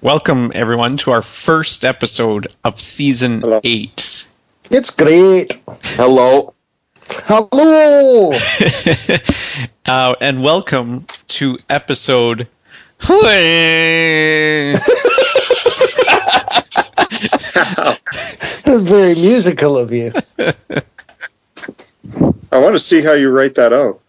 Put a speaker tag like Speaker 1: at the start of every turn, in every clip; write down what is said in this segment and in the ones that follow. Speaker 1: Welcome, everyone, to our first episode of season
Speaker 2: Hello.
Speaker 1: eight.
Speaker 2: It's great.
Speaker 3: Hello.
Speaker 2: Hello.
Speaker 1: uh, and welcome to episode.
Speaker 2: That's very musical of you.
Speaker 4: I want to see how you write that out.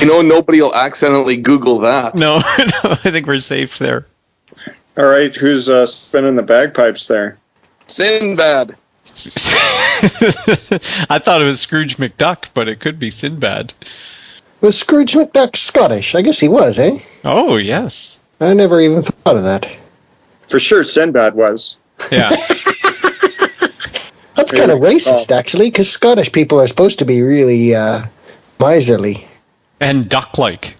Speaker 3: You know, nobody will accidentally Google that.
Speaker 1: no, no, I think we're safe there.
Speaker 4: All right, who's uh, spinning the bagpipes there?
Speaker 3: Sinbad.
Speaker 1: I thought it was Scrooge McDuck, but it could be Sinbad.
Speaker 2: Was Scrooge McDuck Scottish? I guess he was, eh?
Speaker 1: Oh, yes.
Speaker 2: I never even thought of that.
Speaker 4: For sure, Sinbad was.
Speaker 1: Yeah.
Speaker 2: That's kind of racist, actually, because Scottish people are supposed to be really uh, miserly.
Speaker 1: and duck like.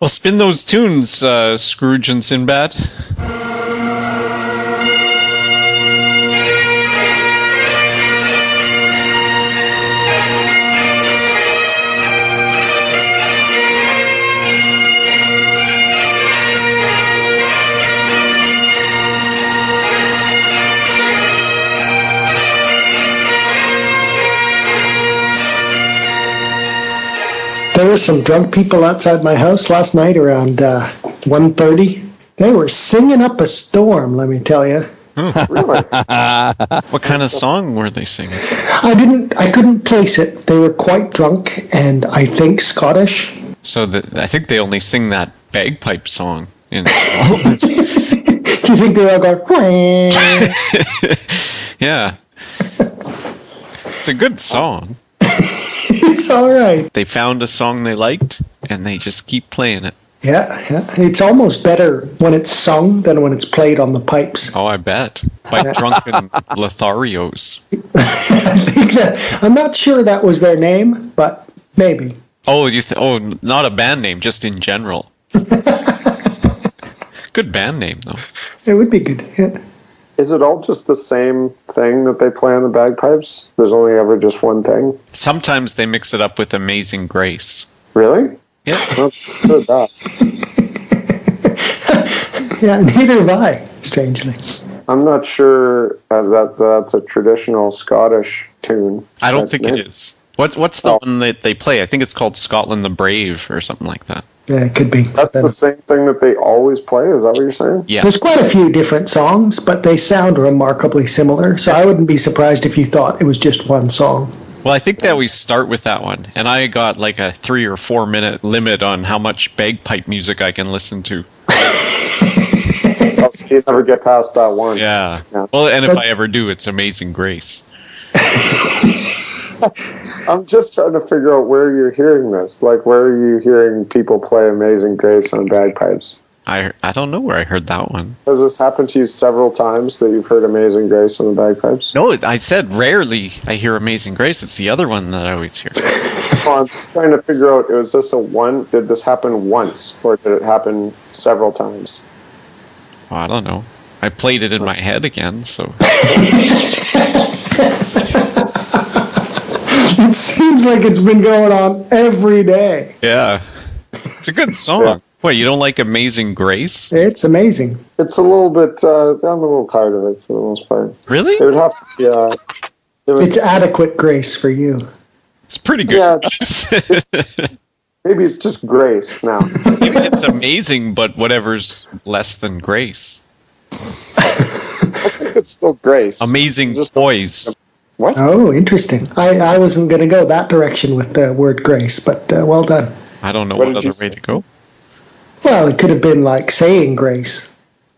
Speaker 1: well, spin those tunes, uh, Scrooge and Sinbad.
Speaker 2: There were some drunk people outside my house last night around uh, 1.30. They were singing up a storm, let me tell you.
Speaker 4: Really?
Speaker 1: What kind of song were they singing?
Speaker 2: I didn't, I couldn't place it. They were quite drunk and I think Scottish.
Speaker 1: So the, I think they only sing that bagpipe song. In,
Speaker 2: Do you think they all go? "Wah."
Speaker 1: yeah. It's a good song.
Speaker 2: it's all right.
Speaker 1: They found a song they liked and they just keep playing it.
Speaker 2: Yeah, yeah, it's almost better when it's sung than when it's played on the pipes.
Speaker 1: Oh, I bet. By drunken Lotharios.
Speaker 2: I think that I'm not sure that was their name, but maybe.
Speaker 1: Oh, you th- oh, not a band name, just in general. Good band name though.
Speaker 2: It would be good. Yeah.
Speaker 4: Is it all just the same thing that they play on the bagpipes? There's only ever just one thing?
Speaker 1: Sometimes they mix it up with Amazing Grace.
Speaker 4: Really?
Speaker 1: Yeah.
Speaker 4: Well, good uh, that.
Speaker 2: Yeah, neither have I, strangely.
Speaker 4: I'm not sure uh, that that's a traditional Scottish tune.
Speaker 1: I don't
Speaker 4: That's
Speaker 1: think it
Speaker 4: it.
Speaker 1: is. What's what's the
Speaker 4: Oh.
Speaker 1: one that they play? I think it's called Scotland the Brave or something like that.
Speaker 2: Yeah, it could be.
Speaker 4: That's the same thing that they always play? Is that what you're saying?
Speaker 1: Yeah.
Speaker 2: There's quite a few different songs, but they sound remarkably similar, so I wouldn't be surprised if you thought it was just one song.
Speaker 1: Well, I think they always start with that one, and I got like a three or four minute limit on how much bagpipe music I can listen to.
Speaker 4: Oh, so you never get past that one.
Speaker 1: Yeah.
Speaker 4: Yeah.
Speaker 1: Well, and if
Speaker 2: But-
Speaker 1: I ever do, it's Amazing Grace.
Speaker 4: I'm just trying to figure out where you're hearing this. Like, where are you hearing people play Amazing Grace on bagpipes?
Speaker 1: I I don't know where I heard that one.
Speaker 4: Has this happened to you several times that you've heard Amazing Grace on the bagpipes?
Speaker 1: No, I said rarely I hear Amazing Grace. It's the other one that I always hear.
Speaker 4: No, I'm just trying to figure out was this a one? Did this happen once or did it happen several times?
Speaker 1: Well, I don't know. I played it in my head again, so
Speaker 2: It seems like it's been going on every day.
Speaker 1: yeah, it's a good song.
Speaker 4: Yeah.
Speaker 1: What you don't like Amazing Grace?
Speaker 2: It's amazing.
Speaker 4: It's a little bit, uh, I'm a little tired of it for the most part. It
Speaker 1: Really?
Speaker 4: would have to be, uh, it would,
Speaker 2: It's adequate grace for you.
Speaker 1: It's pretty good.
Speaker 4: Yeah.
Speaker 1: Maybe
Speaker 4: maybe it's just Grace now.
Speaker 1: it's amazing, but whatever's less than Grace.
Speaker 4: I think it's still Grace.
Speaker 1: Amazing
Speaker 4: Just-
Speaker 1: poise.
Speaker 4: what?
Speaker 2: Oh, interesting. I, I wasn't going to go that direction with the word grace, but uh, well done.
Speaker 1: I don't know
Speaker 4: What
Speaker 1: what,
Speaker 4: did
Speaker 1: other
Speaker 4: you
Speaker 1: way
Speaker 4: say?
Speaker 1: to go.
Speaker 2: Well, it could have been like saying grace,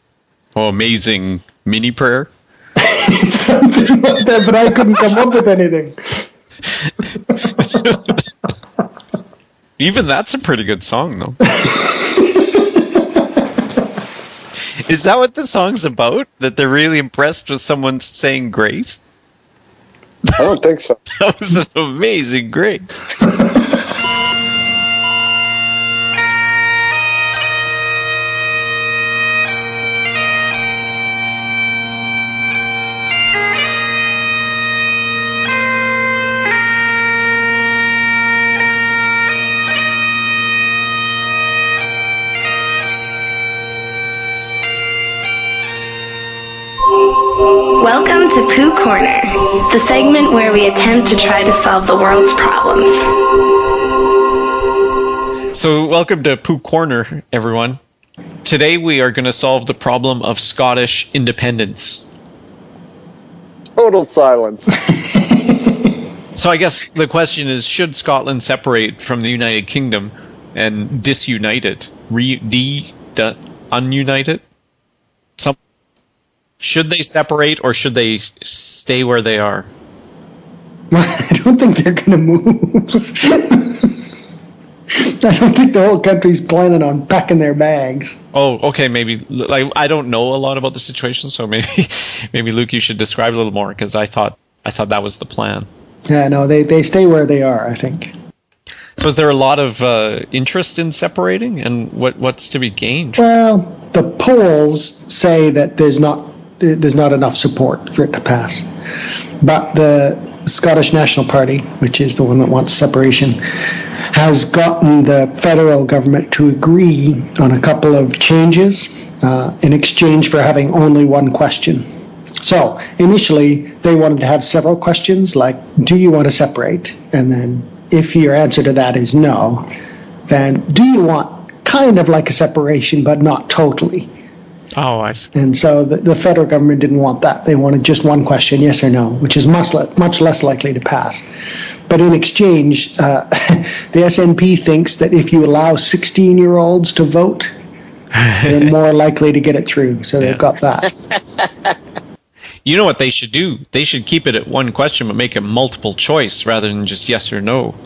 Speaker 1: Oh, amazing mini prayer.
Speaker 2: something like that, but I couldn't come up with anything.
Speaker 1: Even that's a pretty good song, though. Is that what the song's about? That they're really impressed with someone saying grace?
Speaker 4: I don't think so.
Speaker 1: That was an amazing grace.
Speaker 5: Welcome to Pooh Corner, the segment where we attempt to try to solve the world's problems.
Speaker 1: So, welcome to Pooh Corner, everyone. Today we are going to solve the problem of Scottish independence.
Speaker 4: Total silence.
Speaker 1: So, I guess the question is should Scotland separate from the United Kingdom and disunite it? Re- de- de- ununite it? Some- should they separate or should they stay where they are?
Speaker 2: I don't think they're going to move. I don't think the whole country's planning on packing their bags.
Speaker 1: Oh, okay, maybe like I don't know a lot about the situation, so maybe maybe Luke, you should describe a little more because I thought I thought that was the plan.
Speaker 2: Yeah, no, they, they stay where they are, I think.
Speaker 1: So is there a lot of uh, interest in separating, and what what's to be gained?
Speaker 2: Well, the polls say that there's not there's not enough support for it to pass. But the Scottish National Party, which is the one that wants separation, has gotten the federal government to agree on a couple of changes uh, in exchange for having only one question. So initially, they wanted to have several questions like, Do you want to separate? And then, if your answer to that is no, then do you want kind of like a separation, but not totally?
Speaker 1: Oh, I see.
Speaker 2: And so the, the federal government didn't want that. They wanted just one question, yes or no, which is much, le- much less likely to pass. But in exchange, uh, the SNP thinks that if you allow 16 year olds to vote, they're more likely to get it through. So
Speaker 1: Yeah.
Speaker 2: they've got that.
Speaker 1: You know what they should do? They should keep it at one question, but make it multiple choice rather than just yes or no.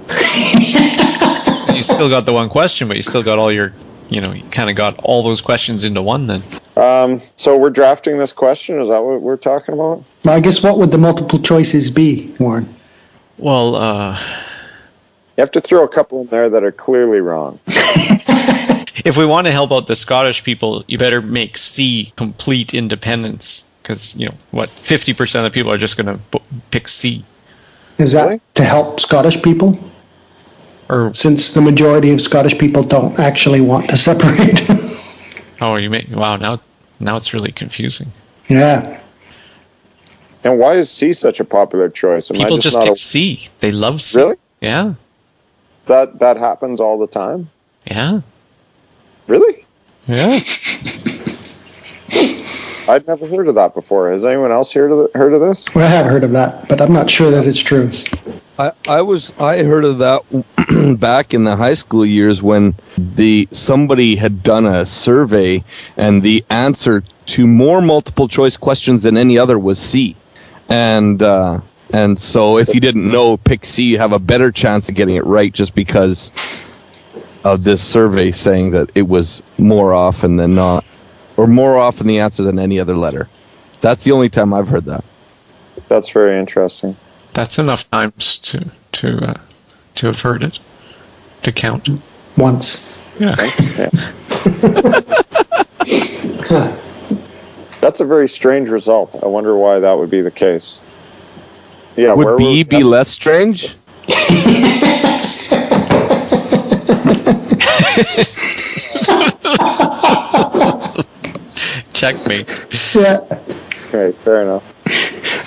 Speaker 1: you still got the one question, but you still got all your, you know, you kind of got all those questions into one. Then
Speaker 4: Um, so we're drafting this question. Is that what we're talking about?
Speaker 2: Well, I guess what would the multiple choices be, Warren?
Speaker 1: well, uh,
Speaker 4: You have to throw a couple in there that are clearly wrong.
Speaker 1: if we want to help out the Scottish people, you better make C complete independence because you know what, fifty percent of people are just going to b- pick C.
Speaker 2: Is that
Speaker 4: Really?
Speaker 2: to help Scottish people?
Speaker 1: Or
Speaker 2: Since the majority of Scottish people don't actually want to separate.
Speaker 1: oh, you make wow now now it's really confusing.
Speaker 2: yeah.
Speaker 4: And why is C such a popular choice? Am I
Speaker 1: People just,
Speaker 4: not
Speaker 1: pick
Speaker 4: a-
Speaker 1: C. They love C.
Speaker 4: really?
Speaker 1: Yeah,
Speaker 4: That that happens all the time.
Speaker 1: yeah,
Speaker 4: Really?
Speaker 1: yeah.
Speaker 4: I'd never heard of that before. Has anyone else heard of, heard of this?
Speaker 2: Well, I have heard of that, but I'm not sure that it's true.
Speaker 6: I, I was I heard of that back in the high school years when the somebody had done a survey and the answer to more multiple choice questions than any other was C, and uh, and so if you didn't know, pick C, you have a better chance of getting it right just because of this survey saying that it was more often than not, or more often the answer than any other letter. That's the only time I've heard that.
Speaker 4: That's very interesting.
Speaker 1: That's enough times to to uh, to have heard it to count.
Speaker 2: Once.
Speaker 1: Yeah.
Speaker 4: Yeah.
Speaker 2: Huh.
Speaker 4: That's a very strange result. I wonder why that would be the case. Yeah, where
Speaker 6: Would
Speaker 4: were we
Speaker 6: B be
Speaker 4: at?
Speaker 6: less strange?
Speaker 1: Checkmate.
Speaker 2: Yeah.
Speaker 4: Okay, fair enough.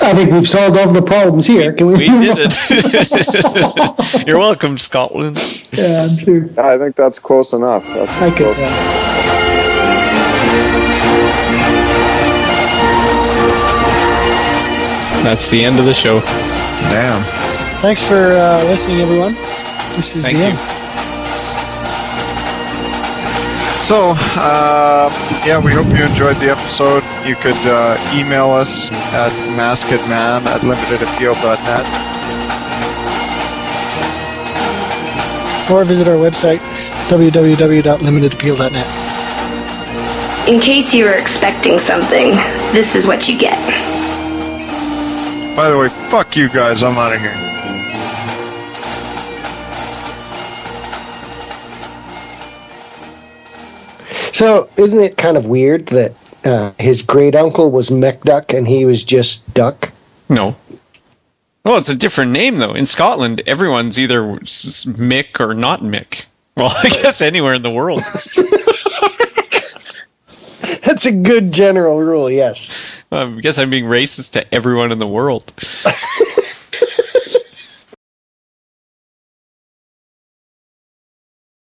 Speaker 2: I think we've solved all the problems here. Can we?
Speaker 1: We did it. You're welcome, Scotland.
Speaker 2: yeah, I'm sure.
Speaker 4: I think that's close enough. That's
Speaker 2: I could.
Speaker 4: close enough.
Speaker 2: Uh,
Speaker 7: That's the end of the show. Damn.
Speaker 8: Thanks for uh, listening, everyone. This is
Speaker 7: Thank
Speaker 8: the
Speaker 7: you.
Speaker 8: end.
Speaker 9: So, uh, yeah, we hope you enjoyed the episode. You could uh, email us at maskedman at limitedappeal.net.
Speaker 8: Or visit our website, www.limitedappeal.net.
Speaker 5: In case you were expecting something, this is what you get.
Speaker 9: By the way, fuck you guys, I'm out of here.
Speaker 2: So, isn't it kind of weird that uh, his great uncle was McDuck and he was just Duck?
Speaker 1: No. Well, it's a different name though. In Scotland, everyone's either s- s- Mick or not Mick. Well, I guess anywhere in the world.
Speaker 2: That's a good general rule, yes.
Speaker 1: I guess I'm being racist to everyone in the world.